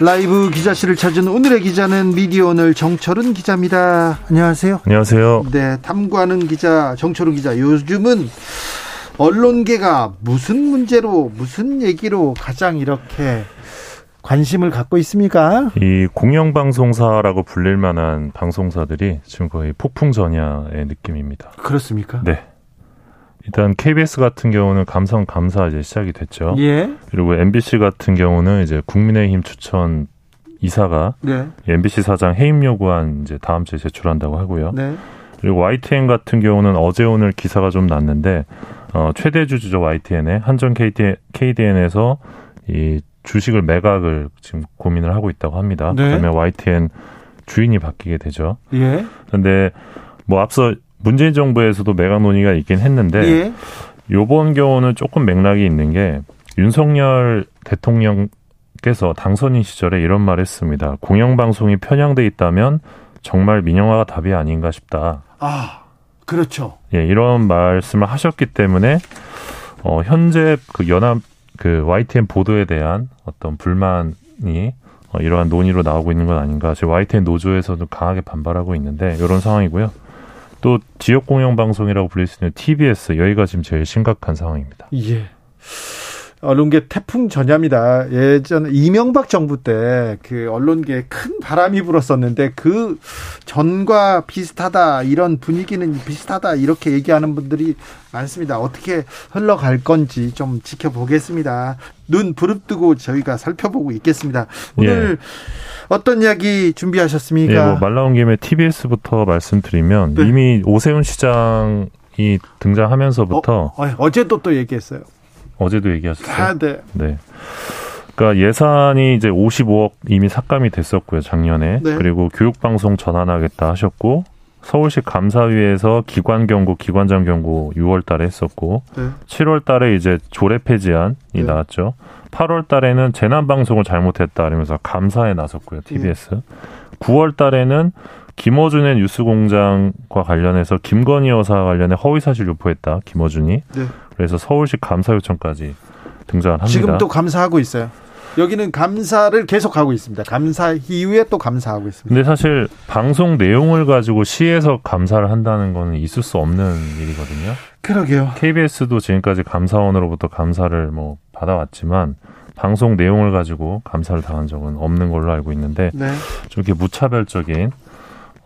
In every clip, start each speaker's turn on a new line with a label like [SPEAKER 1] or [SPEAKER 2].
[SPEAKER 1] 라이브 기자실을 찾은 오늘의 기자는 미디어 오늘 정철은 기자입니다. 안녕하세요.
[SPEAKER 2] 안녕하세요.
[SPEAKER 1] 네, 탐구하는 기자 정철은 기자. 요즘은 언론계가 무슨 문제로 무슨 얘기로 가장 이렇게 관심을 갖고 있습니까?
[SPEAKER 2] 이 공영방송사라고 불릴 만한 방송사들이 지금 거의 폭풍전야의 느낌입니다.
[SPEAKER 1] 그렇습니까?
[SPEAKER 2] 네. 일단 KBS 같은 경우는 감성 감사 이제 시작이 됐죠.
[SPEAKER 1] 예.
[SPEAKER 2] 그리고 MBC 같은 경우는 이제 국민의힘 추천 이사가
[SPEAKER 1] 네.
[SPEAKER 2] MBC 사장 해임 요구안 이제 다음 주에 제출한다고 하고요.
[SPEAKER 1] 네.
[SPEAKER 2] 그리고 YTN 같은 경우는 어제 오늘 기사가 좀 났는데 어, 최대 주주죠 YTN의 한전 KT, KDN에서 이 주식을 매각을 지금 고민을 하고 있다고 합니다.
[SPEAKER 1] 네.
[SPEAKER 2] 그다음에 YTN 주인이 바뀌게 되죠.
[SPEAKER 1] 예.
[SPEAKER 2] 근데 뭐 앞서 문재인 정부에서도 매각 논의가 있긴 했는데
[SPEAKER 1] 예.
[SPEAKER 2] 요번 경우는 조금 맥락이 있는 게 윤석열 대통령께서 당선인 시절에 이런 말 했습니다. 공영방송이 편향돼 있다면 정말 민영화가 답이 아닌가 싶다.
[SPEAKER 1] 아, 그렇죠.
[SPEAKER 2] 예, 이런 말씀을 하셨기 때문에 어, 현재 그 연합 그 YTN 보도에 대한 어떤 불만이 어, 이러한 논의로 나오고 있는 건 아닌가. 지금 YTN 노조에서도 강하게 반발하고 있는데 이런 상황이고요. 또 지역 공영 방송이라고 불릴 수 있는 TBS 여기가 지금 제일 심각한 상황입니다.
[SPEAKER 1] 예. 언론계 태풍 전야입니다. 예전 이명박 정부 때 그 언론계에 큰 바람이 불었었는데 그 전과 비슷하다 이런 분위기는 비슷하다 이렇게 얘기하는 분들이 많습니다. 어떻게 흘러갈 건지 좀 지켜보겠습니다. 눈 부릅뜨고 저희가 살펴보고 있겠습니다. 오늘 어떤 이야기 준비하셨습니까?
[SPEAKER 2] 예, 뭐 말 나온 김에 TBS부터 말씀드리면
[SPEAKER 1] 네.
[SPEAKER 2] 이미 오세훈 시장이 등장하면서부터
[SPEAKER 1] 어, 어제도 또 얘기했어요.
[SPEAKER 2] 어제도 얘기하셨어요.
[SPEAKER 1] 아, 네.
[SPEAKER 2] 네. 그러니까 예산이 이제 55억 이미 삭감이 됐었고요 작년에
[SPEAKER 1] 네.
[SPEAKER 2] 그리고 교육방송 전환하겠다 하셨고 서울시 감사위에서 기관 경고 기관장 경고 6월달에 했었고
[SPEAKER 1] 네.
[SPEAKER 2] 7월달에 이제 조례 폐지안이
[SPEAKER 1] 네.
[SPEAKER 2] 나왔죠 8월달에는 재난 방송을 잘못했다 이러면서 감사에 나섰고요
[SPEAKER 1] 네.
[SPEAKER 2] TBS 9월달에는 김어준의 뉴스공장과 관련해서 김건희 여사 관련해 허위사실 유포했다 김어준이
[SPEAKER 1] 네.
[SPEAKER 2] 그래서 서울시 감사 요청까지 등장합니다.
[SPEAKER 1] 지금 또 감사하고 있어요. 여기는 감사를 계속하고 있습니다. 감사 이후에 또 감사하고 있습니다.
[SPEAKER 2] 근데 사실 방송 내용을 가지고 시에서 감사를 한다는 거는 있을 수 없는 일이거든요.
[SPEAKER 1] 그러게요.
[SPEAKER 2] KBS도 지금까지 감사원으로부터 감사를 뭐 받아왔지만 방송 내용을 가지고 감사를 당한 적은 없는 걸로 알고 있는데
[SPEAKER 1] 네.
[SPEAKER 2] 좀 이렇게 무차별적인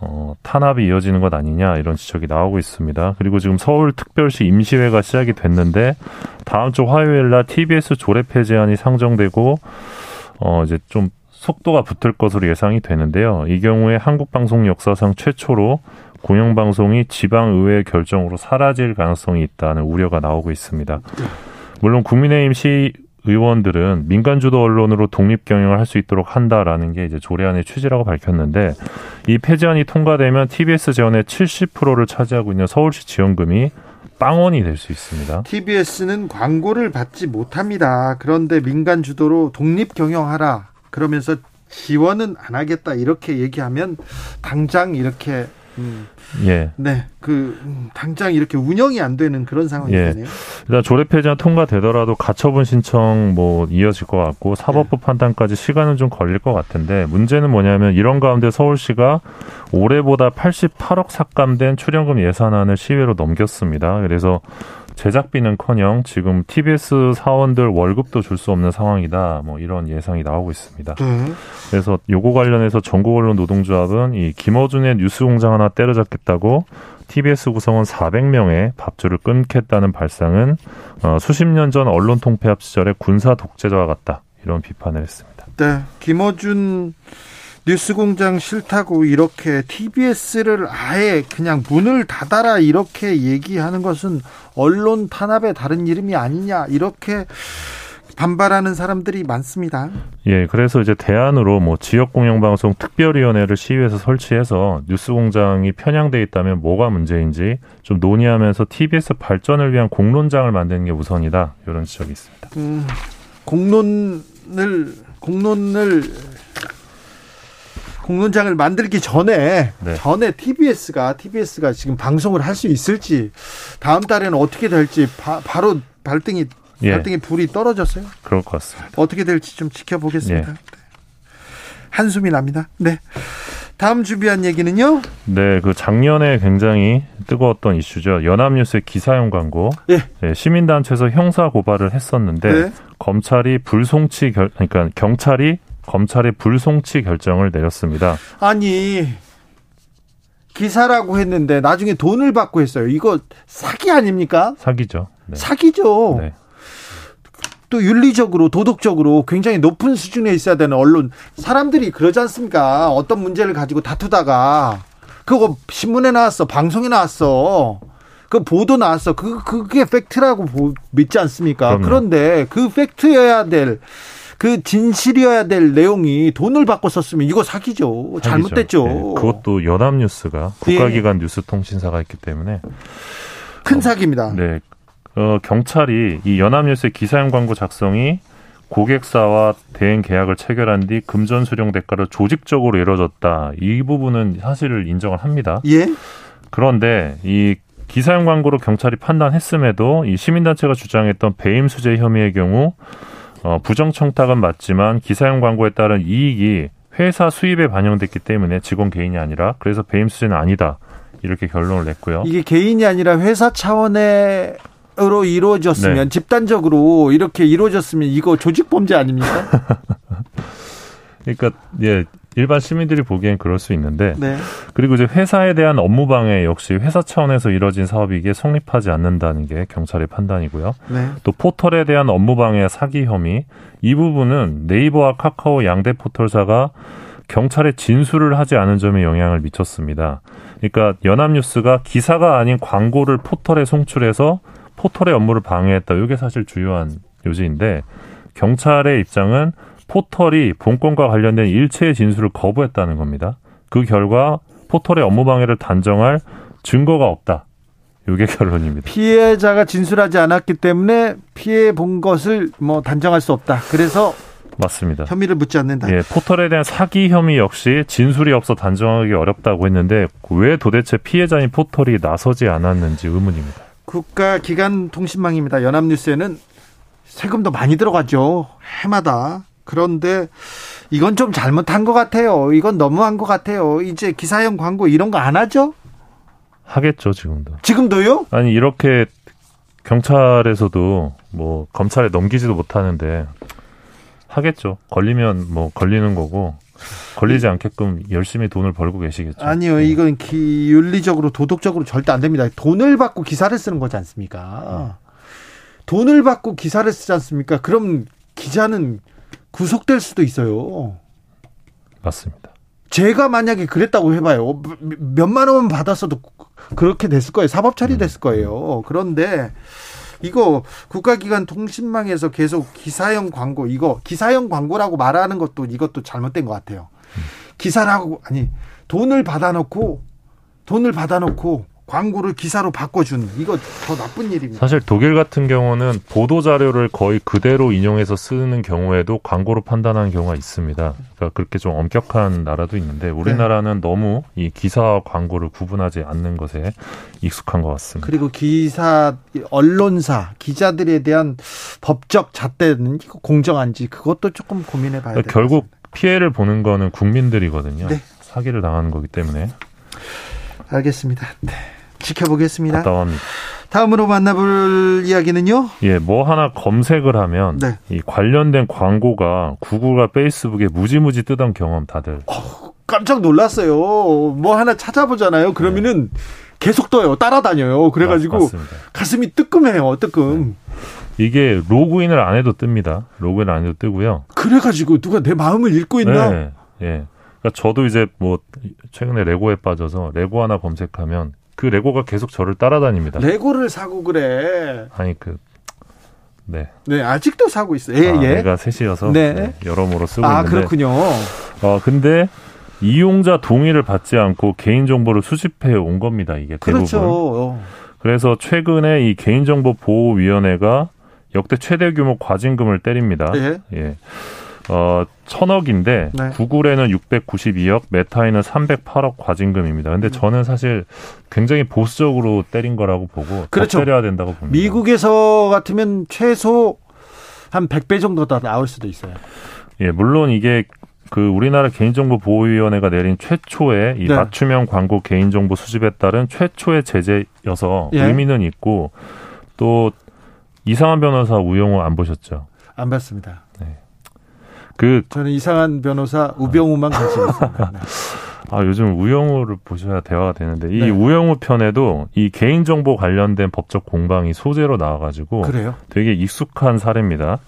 [SPEAKER 2] 어, 탄압이 이어지는 것 아니냐 이런 지적이 나오고 있습니다. 그리고 지금 서울특별시 임시회가 시작이 됐는데 다음 주 화요일 날 TBS 조례 폐지안이 상정되고 어, 이제 좀 속도가 붙을 것으로 예상이 되는데요. 이 경우에 한국 방송 역사상 최초로 공영 방송이 지방 의회 결정으로 사라질 가능성이 있다는 우려가 나오고 있습니다. 물론 국민의힘 시 의원들은 민간 주도 언론으로 독립 경영을 할 수 있도록 한다라는 게 이제 조례안의 취지라고 밝혔는데 이 폐지안이 통과되면 TBS 재원의 70%를 차지하고 있는 서울시 지원금이 빵원이 될 수 있습니다.
[SPEAKER 1] TBS는 광고를 받지 못합니다. 그런데 민간 주도로 독립 경영하라. 그러면서 지원은 안 하겠다. 이렇게 얘기하면 당장 이렇게 음,
[SPEAKER 2] 예.
[SPEAKER 1] 네, 그 음, 당장 이렇게 운영이 안 되는 그런 상황이
[SPEAKER 2] 예.
[SPEAKER 1] 되네요.
[SPEAKER 2] 일단 조례 폐지가 통과되더라도 가처분 신청 뭐 이어질 것 같고 사법부 판단까지 시간은 좀 걸릴 것 같은데 문제는 뭐냐면 이런 가운데 서울시가 올해보다 88억 삭감된 출연금 예산안을 시회로 넘겼습니다. 그래서 제작비는커녕 지금 TBS 사원들 월급도 줄 수 없는 상황이다. 뭐 이런 예상이 나오고 있습니다.
[SPEAKER 1] 네.
[SPEAKER 2] 그래서 요거 관련해서 전국 언론 노동조합은 이 김어준의 뉴스 공장 하나 때려잡겠다고 TBS 구성원 400명의 밥줄을 끊겠다는 발상은 어, 수십 년 전 언론 통폐합 시절의 군사 독재자와 같다. 이런 비판을 했습니다.
[SPEAKER 1] 네. 김어준 뉴스공장 싫다고 이렇게 TBS를 아예 그냥 문을 닫아라 이렇게 얘기하는 것은 언론 탄압의 다른 이름이 아니냐 이렇게 반발하는 사람들이 많습니다.
[SPEAKER 2] 예, 그래서 이제 대안으로 뭐 지역 공영방송 특별위원회를 시위에서 설치해서 뉴스 공장이 편향돼 있다면 뭐가 문제인지 좀 논의하면서 TBS 발전을 위한 공론장을 만드는 게 우선이다. 이런 지적이 있습니다.
[SPEAKER 1] 음, 공론을 공론을 공론장을 만들기 전에
[SPEAKER 2] 네.
[SPEAKER 1] 전에 TBS가 TBS가 지금 방송을 할 수 있을지 다음 달에는 어떻게 될지 바, 로 발등이
[SPEAKER 2] 예.
[SPEAKER 1] 발등에 불이 떨어졌어요.
[SPEAKER 2] 그럴 것 같습니다.
[SPEAKER 1] 어떻게 될지 좀 지켜보겠습니다. 네. 한숨이 납니다. 네. 다음 준비한 얘기는요.
[SPEAKER 2] 네, 그 작년에 굉장히 뜨거웠던 이슈죠. 연합뉴스의 기사용 광고.
[SPEAKER 1] 예.
[SPEAKER 2] 예, 시민단체에서 형사 고발을 했었는데
[SPEAKER 1] 네.
[SPEAKER 2] 검찰이 불송치 결 그러니까 경찰이 검찰의 불송치 결정을 내렸습니다.
[SPEAKER 1] 아니 기사라고 했는데 나중에 돈을 받고 했어요. 이거 사기 아닙니까?
[SPEAKER 2] 사기죠. 네.
[SPEAKER 1] 사기죠.
[SPEAKER 2] 네.
[SPEAKER 1] 또 윤리적으로 도덕적으로 굉장히 높은 수준에 있어야 되는 언론 사람들이 그러지 않습니까? 어떤 문제를 가지고 다투다가 그거 신문에 나왔어, 방송에 나왔어. 그 보도 나왔어. 그 그게 팩트라고 보- 믿지 않습니까?
[SPEAKER 2] 그럼요.
[SPEAKER 1] 그런데 그 팩트여야 될 그 진실이어야 될 내용이 돈을 받고 썼으면 이거 사기죠.
[SPEAKER 2] 사기죠.
[SPEAKER 1] 잘못됐죠. 예.
[SPEAKER 2] 예, 그것도 연합뉴스가 국가기관 뉴스통신사가 있기 때문에
[SPEAKER 1] 큰 사기입니다.
[SPEAKER 2] 네 어, 경찰이 이 연합뉴스의 기사용 광고 작성이 고객사와 대행 계약을 체결한 뒤 금전 수령 대가로 조직적으로 이루어졌다 이 부분은 사실을 인정을 합니다.
[SPEAKER 1] 예?
[SPEAKER 2] 그런데 이 기사용 광고로 경찰이 판단했음에도 이 시민단체가 주장했던 배임 수재 혐의의 경우 어, 부정 청탁은 맞지만 기사용 광고에 따른 이익이 회사 수입에 반영됐기 때문에 직원 개인이 아니라 그래서 배임 수재는 아니다 이렇게 결론을 냈고요.
[SPEAKER 1] 이게 개인이 아니라 회사 차원의 으로 이루어졌으면
[SPEAKER 2] 네.
[SPEAKER 1] 집단적으로 이렇게 이루어졌으면 이거 조직 범죄 아닙니까?
[SPEAKER 2] 그러니까 예 일반 시민들이 보기엔 그럴 수 있는데
[SPEAKER 1] 네.
[SPEAKER 2] 그리고 이제 회사에 대한 업무 방해 역시 회사 차원에서 이뤄진 사업이기에 성립하지 않는다는 게 경찰의 판단이고요.
[SPEAKER 1] 네.
[SPEAKER 2] 또 포털에 대한 업무 방해 사기 혐의 이 부분은 네이버와 카카오 양대 포털사가 경찰에 진술을 하지 않은 점에 영향을 미쳤습니다. 그러니까 연합뉴스가 기사가 아닌 광고를 포털에 송출해서 포털의 업무를 방해했다. 이게 사실 주요한 요지인데 경찰의 입장은 포털이 본건과 관련된 일체의 진술을 거부했다는 겁니다. 그 결과 포털의 업무 방해를 단정할 증거가 없다. 이게 결론입니다.
[SPEAKER 1] 피해자가 진술하지 않았기 때문에 피해 본 것을 뭐 단정할 수 없다. 그래서
[SPEAKER 2] 맞습니다.
[SPEAKER 1] 혐의를 묻지 않는다.
[SPEAKER 2] 예, 포털에 대한 사기 혐의 역시 진술이 없어 단정하기 어렵다고 했는데 왜 도대체 피해자인 포털이 나서지 않았는지 의문입니다.
[SPEAKER 1] 국가 기관 통신망입니다. 연합뉴스에는 세금도 많이 들어가죠. 해마다. 그런데 이건 좀 잘못한 것 같아요. 이건 너무한 것 같아요. 이제 기사형 광고 이런 거 안 하죠?
[SPEAKER 2] 하겠죠 지금도.
[SPEAKER 1] 지금도요?
[SPEAKER 2] 아니 이렇게 경찰에서도 뭐 검찰에 넘기지도 못하는데 하겠죠. 걸리면 뭐 걸리는 거고 걸리지 않게끔 열심히 돈을 벌고 계시겠죠. 네.
[SPEAKER 1] 아니요, 이건 기, 윤리적으로 도덕적으로 절대 안 됩니다. 돈을 받고 기사를 쓰는 거지 않습니까?
[SPEAKER 2] 네.
[SPEAKER 1] 돈을 받고 기사를 쓰지 않습니까? 그럼 기자는 구속될 수도 있어요.
[SPEAKER 2] 맞습니다.
[SPEAKER 1] 제가 만약에 그랬다고 해봐요. 몇만 원 받았어도 그렇게 됐을 거예요. 사법
[SPEAKER 2] 음.
[SPEAKER 1] 처리됐을 거예요. 그런데 이거 국가기관 통신망에서 계속 기사형 광고 이거 기사형 광고라고 말하는 것도 이것도 잘못된 것 같아요.
[SPEAKER 2] 음.
[SPEAKER 1] 기사라고 아니 돈을 받아놓고 돈을 받아놓고 광고를 기사로 바꿔준 이거 더 나쁜 일입니다.
[SPEAKER 2] 사실 독일 같은 경우는 보도 자료를 거의 그대로 인용해서 쓰는 경우에도 광고로 판단하는 경우가 있습니다. 그러니까 그렇게 좀 엄격한 나라도 있는데 우리나라는
[SPEAKER 1] 네.
[SPEAKER 2] 너무 이 기사와 광고를 구분하지 않는 것에 익숙한 것 같습니다.
[SPEAKER 1] 그리고 기사 언론사 기자들에 대한 법적 잣대는 이거 공정한지 그것도 조금 고민해봐야 돼요.
[SPEAKER 2] 그러니까 결국 피해를 보는 거는 국민들이거든요.
[SPEAKER 1] 네.
[SPEAKER 2] 사기를 당하는 거기 때문에
[SPEAKER 1] 알겠습니다. 네. 지켜보겠습니다.
[SPEAKER 2] 답답합니다.
[SPEAKER 1] 다음으로 만나볼 이야기는요.
[SPEAKER 2] 예, 뭐 하나 검색을 하면
[SPEAKER 1] 네.
[SPEAKER 2] 이 관련된 광고가 구글과 페이스북에 무지무지 뜨던 경험 다들
[SPEAKER 1] 깜짝 놀랐어요. 뭐 하나 찾아보잖아요. 그러면은 계속 떠요. 따라다녀요.
[SPEAKER 2] 네. 아, 맞-
[SPEAKER 1] 그래가지고
[SPEAKER 2] 맞습니다. 네.
[SPEAKER 1] 가슴이 뜨끔해요. 뜨끔.
[SPEAKER 2] 이게 로그인을 안 해도 뜹니다. 로그인 안 해도 뜨고요.
[SPEAKER 1] 그래가지고 누가 내 마음을 읽고 있나?
[SPEAKER 2] 네. 예. 그러니까 저도 이제 뭐 최근에 레고에 빠져서 레고 하나 검색하면 네. 그 레고가 계속 저를 따라다닙니다.
[SPEAKER 1] 레고를 사고 그래.
[SPEAKER 2] 아니 그 네.
[SPEAKER 1] 네, 아직도 사고 있어요. 예,
[SPEAKER 2] 아,
[SPEAKER 1] 예.
[SPEAKER 2] 애가 셋이어서
[SPEAKER 1] 네.
[SPEAKER 2] 네, 여러모로 쓰고
[SPEAKER 1] 아,
[SPEAKER 2] 있는데.
[SPEAKER 1] 그렇군요.
[SPEAKER 2] 어, 근데 이용자 동의를 받지 않고 개인 정보를 수집해 온 겁니다. 이게 대부분.
[SPEAKER 1] 그렇죠. 어.
[SPEAKER 2] 그래서 최근에 이 개인정보 보호 위원회가 역대 최대 규모 과징금을 때립니다.
[SPEAKER 1] 예.
[SPEAKER 2] 예. 어, 천억인데
[SPEAKER 1] 네.
[SPEAKER 2] 구글에는 692억, 메타에는 308억 과징금입니다.
[SPEAKER 1] 음.
[SPEAKER 2] 근데 저는 사실 굉장히 보수적으로 때린 거라고 보고 더
[SPEAKER 1] 그렇죠.
[SPEAKER 2] 때려야 된다고 봅니다.
[SPEAKER 1] 미국에서 같으면 최소 한 100배 정도 더 나올 수도 있어요.
[SPEAKER 2] 예, 물론 이게 그 우리나라 개인정보 보호위원회가 내린 최초의 이
[SPEAKER 1] 네.
[SPEAKER 2] 맞춤형 광고 개인정보 수집에 따른 최초의 제재여서
[SPEAKER 1] 예.
[SPEAKER 2] 의미는 있고 또 이상한 변호사 우영우 안 보셨죠?
[SPEAKER 1] 안 봤습니다.
[SPEAKER 2] 그
[SPEAKER 1] 저는 이상한 변호사 우병우만 관심 있습니다. 네.
[SPEAKER 2] 아, 요즘 우영우를 보셔야 대화가 되는데 이
[SPEAKER 1] 네.
[SPEAKER 2] 우영우 편에도 이 개인정보 관련된 법적 공방이 소재로 나와가지고
[SPEAKER 1] 그래요?
[SPEAKER 2] 되게 익숙한 사례입니다.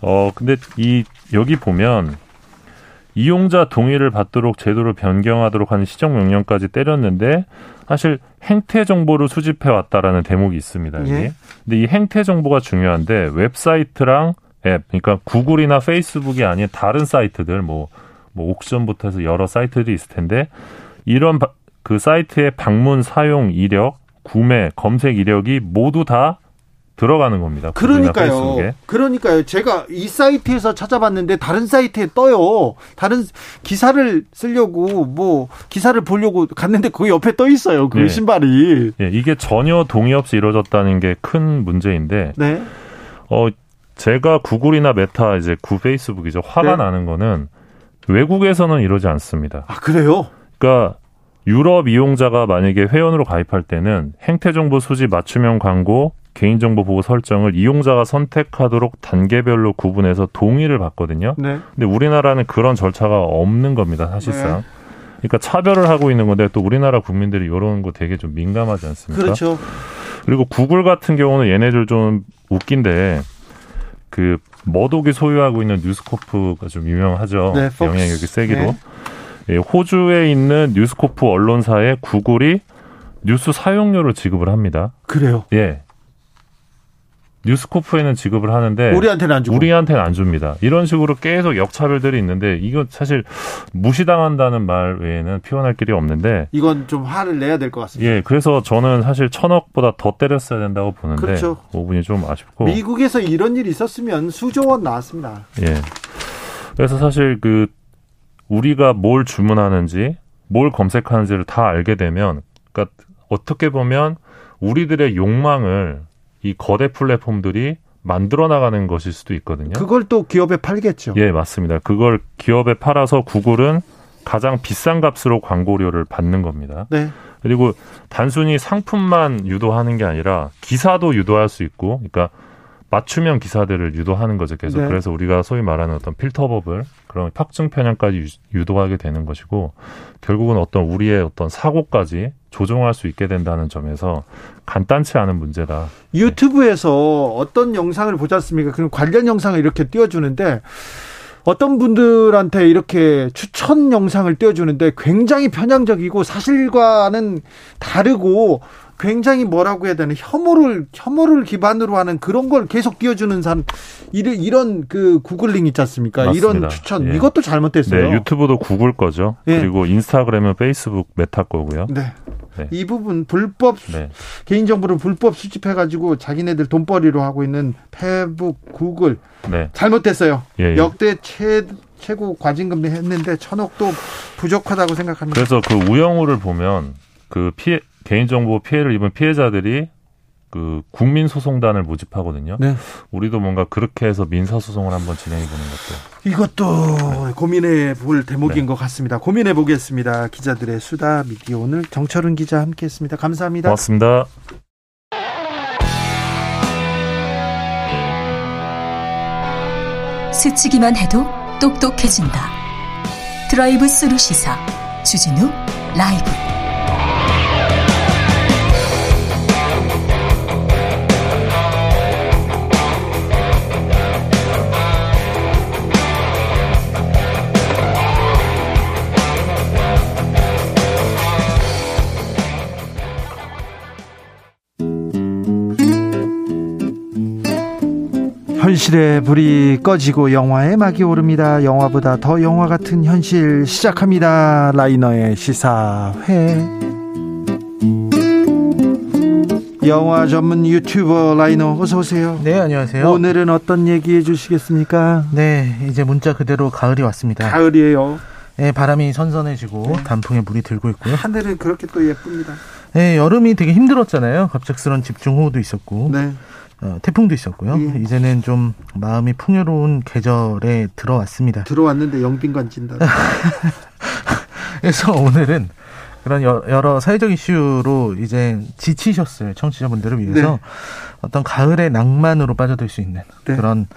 [SPEAKER 2] 어, 근데 이 여기 보면 이용자 동의를 받도록 제도를 변경하도록 하는 시정 명령까지 때렸는데 사실 행태 정보를 수집해 왔다라는 대목이 있습니다. 여기.
[SPEAKER 1] 예.
[SPEAKER 2] 근데 이 행태 정보가 중요한데 웹사이트랑 앱, 그러니까 구글이나 페이스북이 아닌 다른 사이트들 뭐, 뭐 옥션부터 해서 여러 사이트들이 있을 텐데 이런 바- 그 사이트의 방문 사용 이력, 구매, 검색 이력이 모두 다 들어가는 겁니다. 구글이나 페이스북에.
[SPEAKER 1] 그러니까요. 그러니까요. 제가 이 사이트에서 찾아봤는데 다른 사이트에 떠요. 다른 기사를 쓰려고 뭐 기사를 보려고 갔는데 거기 옆에 떠 있어요. 그
[SPEAKER 2] 네.
[SPEAKER 1] 신발이.
[SPEAKER 2] 예, 이게 전혀 동의 없이 이루어졌다는 게 큰 문제인데,
[SPEAKER 1] 네.
[SPEAKER 2] 어, 제가 구글이나 메타, 이제 구 페이스북이죠.
[SPEAKER 1] 네.
[SPEAKER 2] 화가 나는 거는 외국에서는 이러지 않습니다.
[SPEAKER 1] 아 그래요?
[SPEAKER 2] 그러니까 유럽 이용자가 만약에 회원으로 가입할 때는 행태정보 수집 맞춤형 광고, 개인정보 보호 설정을 이용자가 선택하도록 단계별로 구분해서 동의를 받거든요.
[SPEAKER 1] 네.
[SPEAKER 2] 근데 우리나라는 그런 절차가 없는 겁니다, 사실상. 그러니까 차별을 하고 있는 건데 또 우리나라 국민들이 이런 거 되게 좀 민감하지 않습니까?
[SPEAKER 1] 그렇죠.
[SPEAKER 2] 그리고 구글 같은 경우는 얘네들 좀 웃긴데 그 머독이 소유하고 있는 뉴스코프가 좀 유명하죠.
[SPEAKER 1] 네, 폭스.
[SPEAKER 2] 영향력이 세기로.
[SPEAKER 1] 네.
[SPEAKER 2] 예, 호주에 있는 뉴스코프 언론사에 구글이 뉴스 사용료를 지급을 합니다.
[SPEAKER 1] 그래요.
[SPEAKER 2] 예. 뉴스코프에는 지급을 하는데
[SPEAKER 1] 우리한테는 안 주고.
[SPEAKER 2] 네. 우리한테는 안 줍니다. 이런 식으로 계속 역차별들이 있는데 이건 사실 무시당한다는 말 외에는 표현할 길이 없는데
[SPEAKER 1] 이건 좀 화를 내야 될 것 같습니다.
[SPEAKER 2] 예, 그래서 저는 사실 천억보다 더 때렸어야 된다고 보는데
[SPEAKER 1] 그렇죠.
[SPEAKER 2] 부분이 좀 아쉽고
[SPEAKER 1] 미국에서 이런 일이 있었으면 수조원 나왔습니다.
[SPEAKER 2] 예. 그래서 사실 그 우리가 뭘 주문하는지 뭘 검색하는지를 다 알게 되면 그러니까 어떻게 보면 우리들의 욕망을 이 거대 플랫폼들이 만들어 나가는 것일 수도 있거든요.
[SPEAKER 1] 그걸 또 기업에 팔겠죠.
[SPEAKER 2] 예, 맞습니다. 그걸 기업에 팔아서 구글은 가장 비싼 값으로 광고료를 받는 겁니다.
[SPEAKER 1] 네.
[SPEAKER 2] 그리고 단순히 상품만 유도하는 게 아니라 기사도 유도할 수 있고, 그러니까 맞춤형 기사들을 유도하는 거죠. 계속
[SPEAKER 1] 네.
[SPEAKER 2] 그래서 우리가 소위 말하는 어떤 필터법을 그런 확증 편향까지 유- 유도하게 되는 것이고, 결국은 어떤 우리의 어떤 사고까지 조종할 수 있게 된다는 점에서 간단치 않은 문제다.
[SPEAKER 1] 유튜브에서 어떤 영상을 보지 않습니까? 그럼 관련 영상을 이렇게 띄워주는데 어떤 분들한테 이렇게 추천 영상을 띄워주는데 굉장히 편향적이고 사실과는 다르고 굉장히 뭐라고 해야 되나 혐오를 혐오를 기반으로 하는 그런 걸 계속 띄워주는 사람 이런 이런 그 구글링 있지 않습니까? 이런
[SPEAKER 2] 맞습니다.
[SPEAKER 1] 추천
[SPEAKER 2] 예.
[SPEAKER 1] 이것도 잘못됐어요.
[SPEAKER 2] 네, 유튜브도 구글 거죠.
[SPEAKER 1] 예.
[SPEAKER 2] 그리고 인스타그램은 페이스북 메타 거고요.
[SPEAKER 1] 네.
[SPEAKER 2] 네.
[SPEAKER 1] 이 부분 불법 수-
[SPEAKER 2] 네.
[SPEAKER 1] 개인정보를 불법 수집해가지고 자기네들 돈벌이로 하고 있는 페북, 구글
[SPEAKER 2] 네.
[SPEAKER 1] 잘못됐어요.
[SPEAKER 2] 예, 예.
[SPEAKER 1] 역대 최 최고 과징금 했는데 천억도 부족하다고 생각합니다.
[SPEAKER 2] 그래서 그 우영우를 보면 그 피해, 개인정보 피해를 입은 피해자들이 그 국민소송단을 모집하거든요.
[SPEAKER 1] 네.
[SPEAKER 2] 우리도 뭔가 그렇게 해서 민사소송을 한번 진행해 보는 것도.
[SPEAKER 1] 이것도 고민해 볼
[SPEAKER 2] 네.
[SPEAKER 1] 대목인 것 같습니다. 고민해 보겠습니다. 기자들의 수다 미디어 오늘 정철은 기자 함께했습니다. 감사합니다.
[SPEAKER 2] 고맙습니다.
[SPEAKER 3] 스치기만 해도 똑똑해진다. 드라이브 스루 시사 주진우 라이브.
[SPEAKER 1] 현실의 불이 꺼지고 영화의 막이 오릅니다. 영화보다 더 영화 같은 현실 시작합니다. 라이너의 시사회. 영화 전문 유튜버 라이너 어서 오세요.
[SPEAKER 4] 네, 안녕하세요.
[SPEAKER 1] 오늘은 어떤 얘기해 주시겠습니까?
[SPEAKER 4] 네, 이제 문자 그대로 가을이 왔습니다.
[SPEAKER 1] 가을이에요. 네.
[SPEAKER 4] 네, 바람이 선선해지고 단풍에 물이 들고 있고요.
[SPEAKER 1] 하늘은 그렇게 또 예쁩니다.
[SPEAKER 4] 네, 여름이 되게 힘들었잖아요. 갑작스런 집중호우도 있었고
[SPEAKER 1] 네.
[SPEAKER 4] 어, 태풍도 있었고요.
[SPEAKER 1] 예.
[SPEAKER 4] 이제는 좀 마음이 풍요로운 계절에 들어왔습니다.
[SPEAKER 1] 들어왔는데 영빈관 진다.
[SPEAKER 4] 그래서 오늘은 그런 여- 여러 사회적 이슈로 이제 지치셨어요. 청취자분들을 위해서
[SPEAKER 1] 네.
[SPEAKER 4] 어떤 가을의 낭만으로 빠져들 수 있는
[SPEAKER 1] 네.
[SPEAKER 4] 그런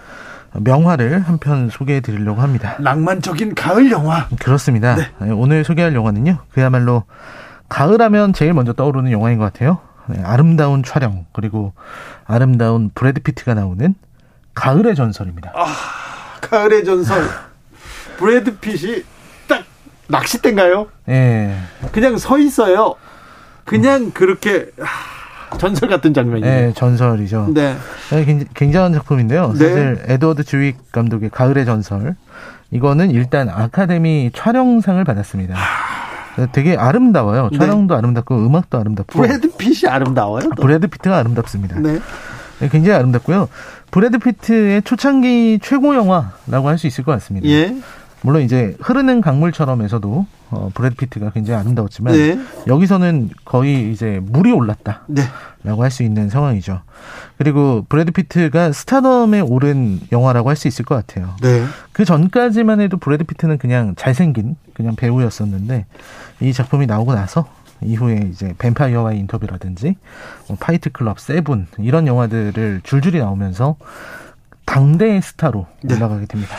[SPEAKER 4] 명화를 한 편 소개해 드리려고 합니다.
[SPEAKER 1] 낭만적인 가을 영화.
[SPEAKER 4] 그렇습니다. 네, 오늘 소개할 영화는요. 그야말로 가을하면 제일 먼저 떠오르는 영화인 것 같아요. 네, 아름다운 촬영 그리고 아름다운 브래드 피트가 나오는 가을의 전설입니다.
[SPEAKER 1] 아, 가을의 전설. 브래드 핏이 딱 낚싯대인가요?
[SPEAKER 4] 예,
[SPEAKER 1] 그냥 서 있어요. 그냥 그렇게 하, 전설 같은 장면이에요.
[SPEAKER 4] 예, 전설이죠.
[SPEAKER 1] 네.
[SPEAKER 4] 네, 굉- 굉장한 작품인데요.
[SPEAKER 1] 네.
[SPEAKER 4] 사실 에드워드 주윅 감독의 가을의 전설 이거는 일단 아카데미 촬영상을 받았습니다. 예, 되게 아름다워요.
[SPEAKER 1] 네.
[SPEAKER 4] 촬영도 아름답고 음악도 아름답고
[SPEAKER 1] 브래드 핏이 아름다워요. 또.
[SPEAKER 4] 브래드 피트가 아름답습니다.
[SPEAKER 1] 네.
[SPEAKER 4] 네, 굉장히 아름답고요. 브래드 피트의 초창기 최고 영화라고 할 수 있을 것 같습니다.
[SPEAKER 1] 예.
[SPEAKER 4] 물론 이제 흐르는 강물처럼에서도 어, 브래드 피트가 굉장히 아름다웠지만
[SPEAKER 5] 예,
[SPEAKER 1] 네.
[SPEAKER 4] 여기서는 거의 이제 물이 올랐다.
[SPEAKER 1] 네.
[SPEAKER 4] 라고 할 수 있는 상황이죠. 그리고 브래드 피트가 스타덤에 오른 영화라고 할 수 있을 것 같아요.
[SPEAKER 1] 네.
[SPEAKER 4] 그 전까지만 해도 브래드 피트는 그냥 잘생긴 그냥 배우였었는데 이 작품이 나오고 나서 이후에 이제 뱀파이어와의 인터뷰라든지 뭐 파이트 클럽 세븐 이런 영화들을 줄줄이 나오면서 당대의 스타로
[SPEAKER 1] 네.
[SPEAKER 4] 올라가게 됩니다.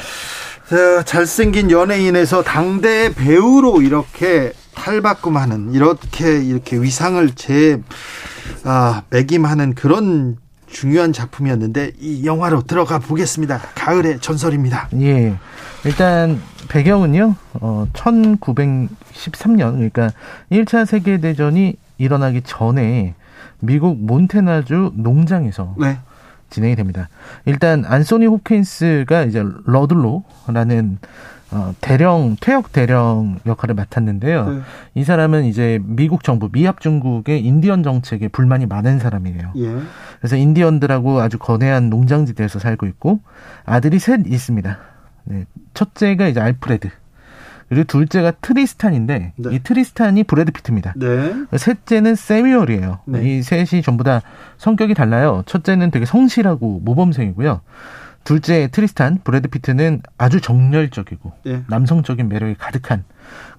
[SPEAKER 1] 자, 잘생긴 연예인에서 당대 배우로 이렇게 탈바꿈하는 이렇게 이렇게 위상을 재 아, 매김하는 그런 중요한 작품이었는데 이 영화로 들어가 보겠습니다. 가을의 전설입니다.
[SPEAKER 4] 예. 일단 배경은요. 어 1913년 그러니까 1차 세계 대전이 일어나기 전에 미국 몬테나주 농장에서
[SPEAKER 1] 네.
[SPEAKER 4] 진행이 됩니다. 일단 안소니 홉킨스가 이제 러들로라는 어, 대령 퇴역 대령 역할을 맡았는데요.
[SPEAKER 1] 네.
[SPEAKER 4] 이 사람은 이제 미국 정부 미합 중국의 인디언 정책에 불만이 많은 사람이에요.
[SPEAKER 1] 예.
[SPEAKER 4] 그래서 인디언들하고 아주 거대한 농장지대에서 살고 있고 아들이 셋 있습니다. 네, 첫째가 이제 알프레드 그리고 둘째가 트리스탄인데
[SPEAKER 1] 네.
[SPEAKER 4] 이 트리스탄이 브래드 피트입니다.
[SPEAKER 1] 네.
[SPEAKER 4] 셋째는 세미얼이에요.
[SPEAKER 1] 네.
[SPEAKER 4] 이 셋이 전부 다 성격이 달라요. 첫째는 되게 성실하고 모범생이고요. 둘째 트리스탄 브래드 피트는 아주 정열적이고
[SPEAKER 1] 예.
[SPEAKER 4] 남성적인 매력이 가득한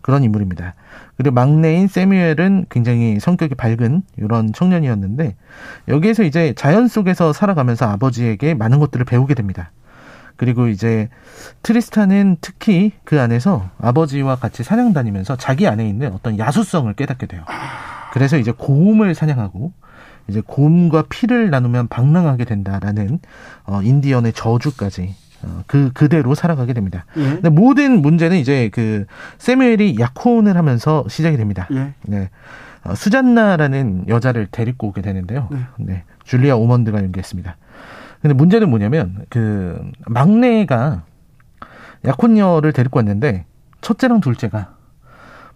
[SPEAKER 4] 그런 인물입니다. 그리고 막내인 세미웰은 굉장히 성격이 밝은 이런 청년이었는데 여기에서 이제 자연 속에서 살아가면서 아버지에게 많은 것들을 배우게 됩니다. 그리고 이제 트리스탄은 특히 그 안에서 아버지와 같이 사냥 다니면서 자기 안에 있는 어떤 야수성을 깨닫게 돼요. 그래서 이제 고음을 사냥하고 이제 고음과 피를 나누면 방랑하게 된다라는 어, 인디언의 저주까지 어, 그 그대로 살아가게 됩니다.
[SPEAKER 1] 예.
[SPEAKER 4] 근데 모든 문제는 이제 그 세뮤엘이 약혼을 하면서 시작이 됩니다.
[SPEAKER 1] 예.
[SPEAKER 4] 네. 어, 수잔나라는 여자를 데리고 오게 되는데요.
[SPEAKER 1] 네.
[SPEAKER 4] 네. 줄리아 오먼드가 연기했습니다. 근데 문제는 뭐냐면 그 막내가 약혼녀를 데리고 왔는데 첫째랑 둘째가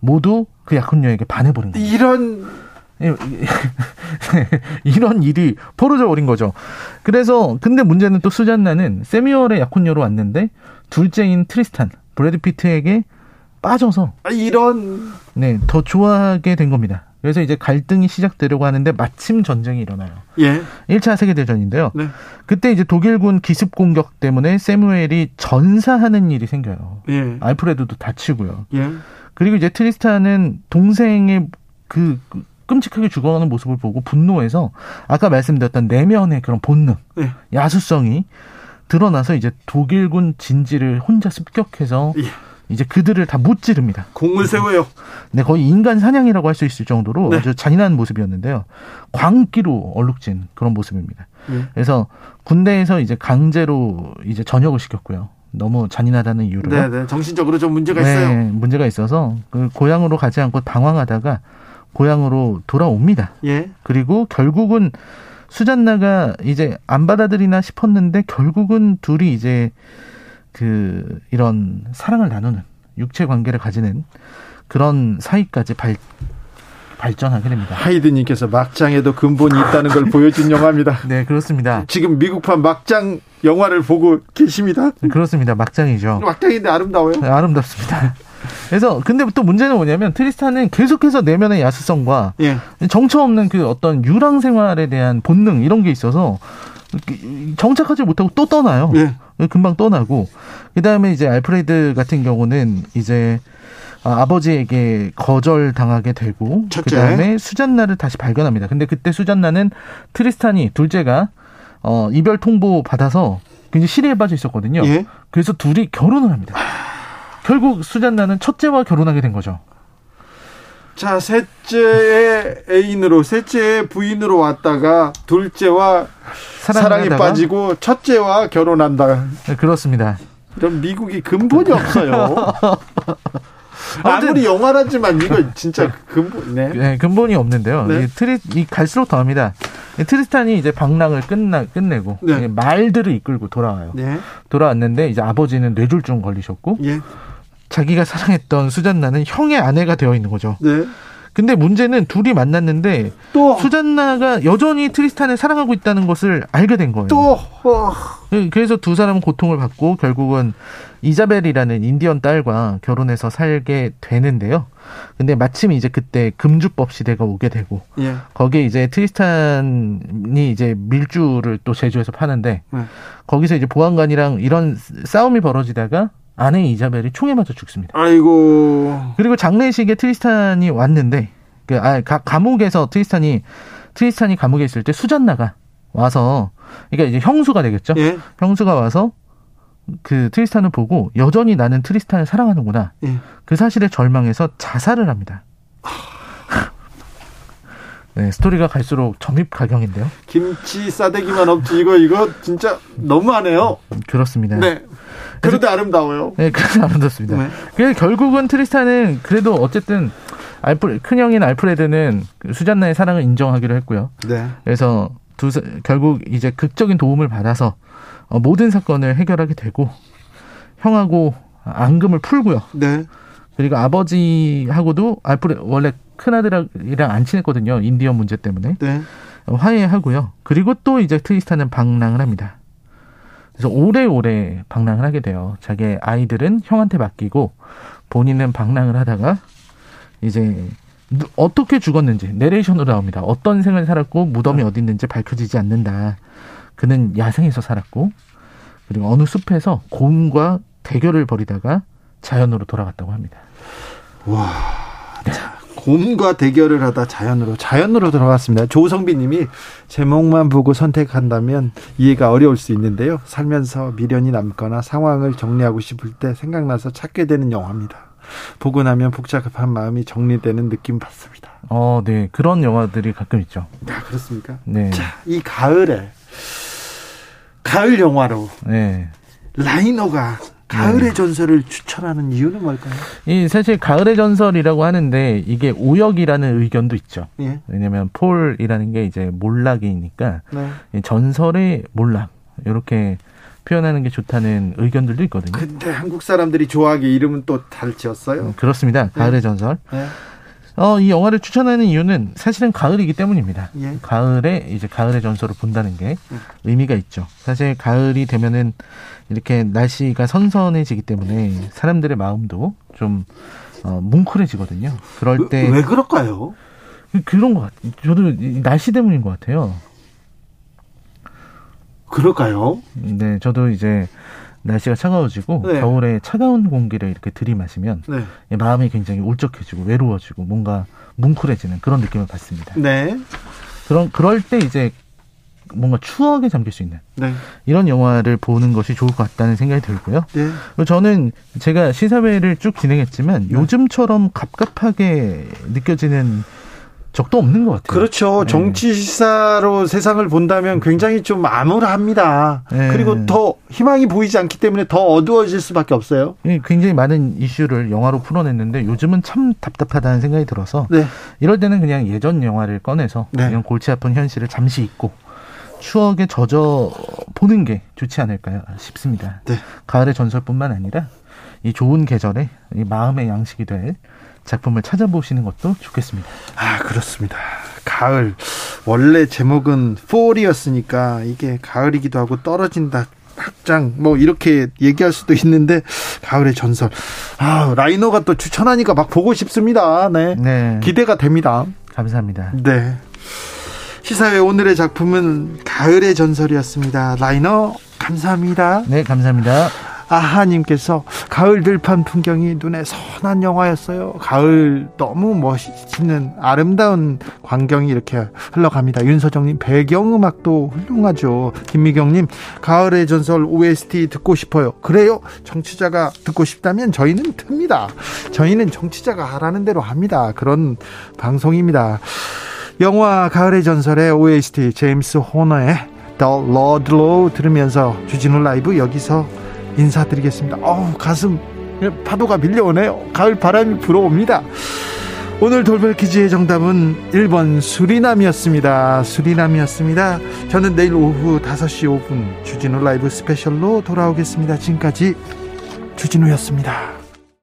[SPEAKER 4] 모두 그 약혼녀에게 반해버린 거예요.
[SPEAKER 1] 이런
[SPEAKER 4] 예, 이런 일이 벌어져 버린 거죠. 그래서 근데 문제는 또 수잔나는 세미얼의 약혼녀로 왔는데 둘째인 트리스탄 브래드 피트에게 빠져서
[SPEAKER 1] 아, 이런
[SPEAKER 4] 네, 더 좋아하게 된 겁니다. 그래서 이제 갈등이 시작되려고 하는데 마침 전쟁이 일어나요.
[SPEAKER 1] 예.
[SPEAKER 4] 1차 세계 대전인데요.
[SPEAKER 1] 네.
[SPEAKER 4] 그때 이제 독일군 기습 공격 때문에 세무엘이 전사하는 일이 생겨요.
[SPEAKER 1] 예.
[SPEAKER 4] 알프레드도 다치고요.
[SPEAKER 1] 예.
[SPEAKER 4] 그리고 이제 트리스탄은 동생의 그 끔찍하게 죽어가는 모습을 보고 분노해서 아까 말씀드렸던 내면의 그런 본능,
[SPEAKER 1] 예.
[SPEAKER 4] 야수성이 드러나서 이제 독일군 진지를 혼자 습격해서
[SPEAKER 1] 예.
[SPEAKER 4] 이제 그들을 다 무찌릅니다.
[SPEAKER 1] 공을 세워요.
[SPEAKER 4] 네, 거의 인간 사냥이라고 할 수 있을 정도로
[SPEAKER 1] 네.
[SPEAKER 4] 아주 잔인한 모습이었는데요. 광기로 얼룩진 그런 모습입니다.
[SPEAKER 1] 예.
[SPEAKER 4] 그래서 군대에서 이제 강제로 이제 전역을 시켰고요. 너무 잔인하다는 이유로.
[SPEAKER 1] 네, 네. 정신적으로 좀 문제가 있어요.
[SPEAKER 4] 문제가 있어서 그 고향으로 가지 않고 방황하다가 고향으로 돌아옵니다.
[SPEAKER 1] 예.
[SPEAKER 4] 그리고 결국은 수잔나가 이제 안 받아들이나 싶었는데 결국은 둘이 이제 그 이런 사랑을 나누는 육체 관계를 가지는 그런 사이까지 발 발전하게 됩니다.
[SPEAKER 5] 하이든님께서 막장에도 근본이 있다는 걸 보여준 영화입니다.
[SPEAKER 4] 네, 그렇습니다.
[SPEAKER 5] 지금 미국판 막장 영화를 보고 계십니다.
[SPEAKER 4] 그렇습니다. 막장이죠.
[SPEAKER 5] 막장인데 아름다워요.
[SPEAKER 4] 네, 아름답습니다. 그래서 근데 또 문제는 뭐냐면 트리스탄은 계속해서 내면의 야수성과
[SPEAKER 5] 예.
[SPEAKER 4] 정처 없는 그 어떤 유랑 생활에 대한 본능 이런 게 있어서 정착하지 못하고 또 떠나요.
[SPEAKER 5] 예.
[SPEAKER 4] 금방 떠나고 그다음에 이제 알프레드 같은 경우는 이제 아, 아버지에게 거절당하게 되고
[SPEAKER 5] 첫째.
[SPEAKER 4] 그다음에 수잔나를 다시 발견합니다. 근데 그때 수잔나는 트리스탄이 둘째가 어 이별 통보 받아서 굉장히 시리에 빠져 있었거든요.
[SPEAKER 5] 예.
[SPEAKER 4] 그래서 둘이 결혼을 합니다. 결국 수잔나는 첫째와 결혼하게 된 거죠.
[SPEAKER 5] 자, 셋째의 애인으로, 셋째의 부인으로 왔다가 둘째와 사랑에
[SPEAKER 4] 사랑하다가.
[SPEAKER 5] 빠지고 첫째와 결혼한다.
[SPEAKER 4] 네, 그렇습니다.
[SPEAKER 5] 이런 미국이 근본이 없어요. 아무리 영화라지만 이거 진짜 근본, 네.
[SPEAKER 4] 네, 근본이 없는데요.
[SPEAKER 5] 네.
[SPEAKER 4] 이 트리 이 갈수록 더합니다. 이 트리스탄이 이제 방랑을 끝나 끝내고
[SPEAKER 5] 네.
[SPEAKER 4] 이제 말들을 이끌고 돌아와요.
[SPEAKER 5] 네.
[SPEAKER 4] 돌아왔는데 이제 아버지는 뇌졸중 걸리셨고
[SPEAKER 5] 예.
[SPEAKER 4] 자기가 사랑했던 수잔나는 형의 아내가 되어 있는 거죠.
[SPEAKER 5] 네.
[SPEAKER 4] 근데 문제는 둘이 만났는데
[SPEAKER 5] 또,
[SPEAKER 4] 수잔나가 여전히 트리스탄을 사랑하고 있다는 것을 알게 된 거예요.
[SPEAKER 5] 또, 어,
[SPEAKER 4] 그- 그래서 두 사람은 고통을 받고 결국은 이자벨이라는 인디언 딸과 결혼해서 살게 되는데요. 근데 마침 이제 그때 금주법 시대가 오게 되고
[SPEAKER 5] 예.
[SPEAKER 4] 거기에 이제 트리스탄이 이제 밀주를 또 제주에서 파는데
[SPEAKER 5] 네.
[SPEAKER 4] 거기서 이제 보안관이랑 이런 싸움이 벌어지다가 아내 이자벨이 총에 맞아 죽습니다.
[SPEAKER 5] 아이고.
[SPEAKER 4] 그리고 장례식에 트리스탄이 왔는데 그 아, 가- 감옥에서 트리스탄이 트리스탄이 감옥에 있을 때 수잔나가 와서 그러니까 이제 형수가 되겠죠.
[SPEAKER 5] 예.
[SPEAKER 4] 형수가 와서 그 트리스탄을 보고 여전히 나는 트리스탄을 사랑하는구나.
[SPEAKER 5] 예.
[SPEAKER 4] 그 사실에 절망해서 자살을 합니다. 네, 스토리가 갈수록 점입가경인데요.
[SPEAKER 5] 김치 싸대기만 없지 이거 이거 진짜 너무하네요.
[SPEAKER 4] 음, 그렇습니다.
[SPEAKER 5] 네. 그런데 아름다워요.
[SPEAKER 4] 네, 그래서 아름답습니다.
[SPEAKER 5] 네.
[SPEAKER 4] 그래서 결국은 트리스탄은 그래도 어쨌든 알프 큰형인 알프레드는 그 수잔나의 사랑을 인정하기로 했고요.
[SPEAKER 5] 네.
[SPEAKER 4] 그래서 두 사- 결국 이제 극적인 도움을 받아서 어, 모든 사건을 해결하게 되고 형하고 앙금을 풀고요.
[SPEAKER 5] 네.
[SPEAKER 4] 그리고 아버지하고도 알프레 원래 큰 아들이랑 안 친했거든요. 인디언 문제 때문에
[SPEAKER 5] 네.
[SPEAKER 4] 어, 화해하고요. 그리고 또 이제 트리스탄은 방랑을 합니다. 그래서 오래오래 방랑을 하게 돼요. 자기 아이들은 형한테 맡기고 본인은 방랑을 하다가 이제 누- 어떻게 죽었는지 내레이션으로 나옵니다. 어떤 생을 살았고 무덤이 어디 있는지 밝혀지지 않는다. 그는 야생에서 살았고 그리고 어느 숲에서 곰과 대결을 벌이다가 자연으로 돌아갔다고 합니다.
[SPEAKER 5] 곰과 대결을 하다 자연으로 자연으로 돌아왔습니다. 조성빈님이 제목만 보고 선택한다면 이해가 어려울 수 있는데요. 살면서 미련이 남거나 상황을 정리하고 싶을 때 생각나서 찾게 되는 영화입니다. 보고 나면 복잡한 마음이 정리되는 느낌 받습니다.
[SPEAKER 4] 어, 네. 그런 영화들이 가끔 있죠.
[SPEAKER 5] 아, 그렇습니까?
[SPEAKER 4] 네.
[SPEAKER 5] 자, 이 가을에 가을 영화로
[SPEAKER 4] 네.
[SPEAKER 5] 라이너가 가을의 전설을 추천하는 이유는 뭘까요?
[SPEAKER 4] 이 사실 가을의 전설이라고 하는데 이게 오역이라는 의견도 있죠.
[SPEAKER 5] 예.
[SPEAKER 4] 왜냐면 폴이라는 게 이제 몰락이니까
[SPEAKER 5] 네.
[SPEAKER 4] 이 전설의 몰락 이렇게 표현하는 게 좋다는 의견들도 있거든요.
[SPEAKER 5] 근데 한국 사람들이 좋아하기 이름은 또 잘 지었어요.
[SPEAKER 4] 음,
[SPEAKER 5] 네.
[SPEAKER 4] 그렇습니다. 가을의 전설.
[SPEAKER 5] 예.
[SPEAKER 4] 어, 이 영화를 추천하는 이유는 사실은 가을이기 때문입니다.
[SPEAKER 5] 예.
[SPEAKER 4] 가을에 이제 가을의 전설을 본다는 게 의미가 있죠. 사실 가을이 되면은 이렇게 날씨가 선선해지기 때문에 사람들의 마음도 좀 어, 뭉클해지거든요. 그럴 때
[SPEAKER 5] 왜, 왜 그럴까요?
[SPEAKER 4] 그- 그런 것 같아요. 저도 이 날씨 때문인 것 같아요.
[SPEAKER 5] 그럴까요?
[SPEAKER 4] 네, 저도 이제 날씨가 차가워지고
[SPEAKER 5] 네.
[SPEAKER 4] 겨울에 차가운 공기를 이렇게 들이마시면
[SPEAKER 5] 네.
[SPEAKER 4] 예, 마음이 굉장히 울적해지고 외로워지고 뭔가 뭉클해지는 그런 느낌을 받습니다.
[SPEAKER 5] 네.
[SPEAKER 4] 그런 그럴 때 이제 뭔가 추억에 잠길 수 있는
[SPEAKER 5] 네.
[SPEAKER 4] 이런 영화를 보는 것이 좋을 것 같다는 생각이 들고요.
[SPEAKER 5] 네.
[SPEAKER 4] 그리고 저는 제가 시사회를 쭉 진행했지만 요즘처럼 갑갑하게 느껴지는 적도 없는 것 같아요.
[SPEAKER 5] 그렇죠. 정치 시사로 세상을 본다면 굉장히 좀 암울합니다.
[SPEAKER 4] 네.
[SPEAKER 5] 그리고 더 희망이 보이지 않기 때문에 더 어두워질 수밖에 없어요.
[SPEAKER 4] 예, 굉장히 많은 이슈를 영화로 풀어냈는데 요즘은 참 답답하다는 생각이 들어서
[SPEAKER 5] 네.
[SPEAKER 4] 이럴 때는 그냥 예전 영화를 꺼내서
[SPEAKER 5] 네.
[SPEAKER 4] 이런 골치 아픈 현실을 잠시 잊고 추억에 젖어 보는 게 좋지 않을까 싶습니다.
[SPEAKER 1] 네.
[SPEAKER 4] 가을의 전설뿐만 아니라 이 좋은 계절에 이 마음의 양식이 될 작품을 찾아보시는 것도 좋겠습니다.
[SPEAKER 1] 아 그렇습니다. 가을 원래 제목은 4이었으니까 이게 가을이기도 하고 떨어진다 학장 뭐 이렇게 얘기할 수도 있는데 가을의 전설 아 라이너가 또 추천하니까 막 보고 싶습니다. 네
[SPEAKER 4] 네.
[SPEAKER 1] 기대가 됩니다.
[SPEAKER 4] 감사합니다.
[SPEAKER 1] 네 시사회 오늘의 작품은 가을의 전설이었습니다. 라이너 감사합니다.
[SPEAKER 4] 네, 감사합니다.
[SPEAKER 1] 아하님께서 가을 들판 풍경이 눈에 선한 영화였어요. 가을 너무 멋있는 아름다운 광경이 이렇게 흘러갑니다. 윤서정님 배경음악도 훌륭하죠. 김미경님 가을의 전설 OST 듣고 싶어요. 그래요? 정치자가 듣고 싶다면 저희는 틉니다. 저희는 정치자가 하라는 대로 합니다. 그런 방송입니다. 영화 가을의 전설의 OST 제임스 호너의 The Lord Low 들으면서 주진우 라이브 여기서 인사드리겠습니다. 어우, 가슴 파도가 밀려오네요. 가을 바람이 불어옵니다. 오늘 돌발 퀴즈의 정답은 1번 수리남이었습니다. 수리남이었습니다. 저는 내일 오후 5시 5분 주진우 라이브 스페셜로 돌아오겠습니다. 지금까지 주진우였습니다.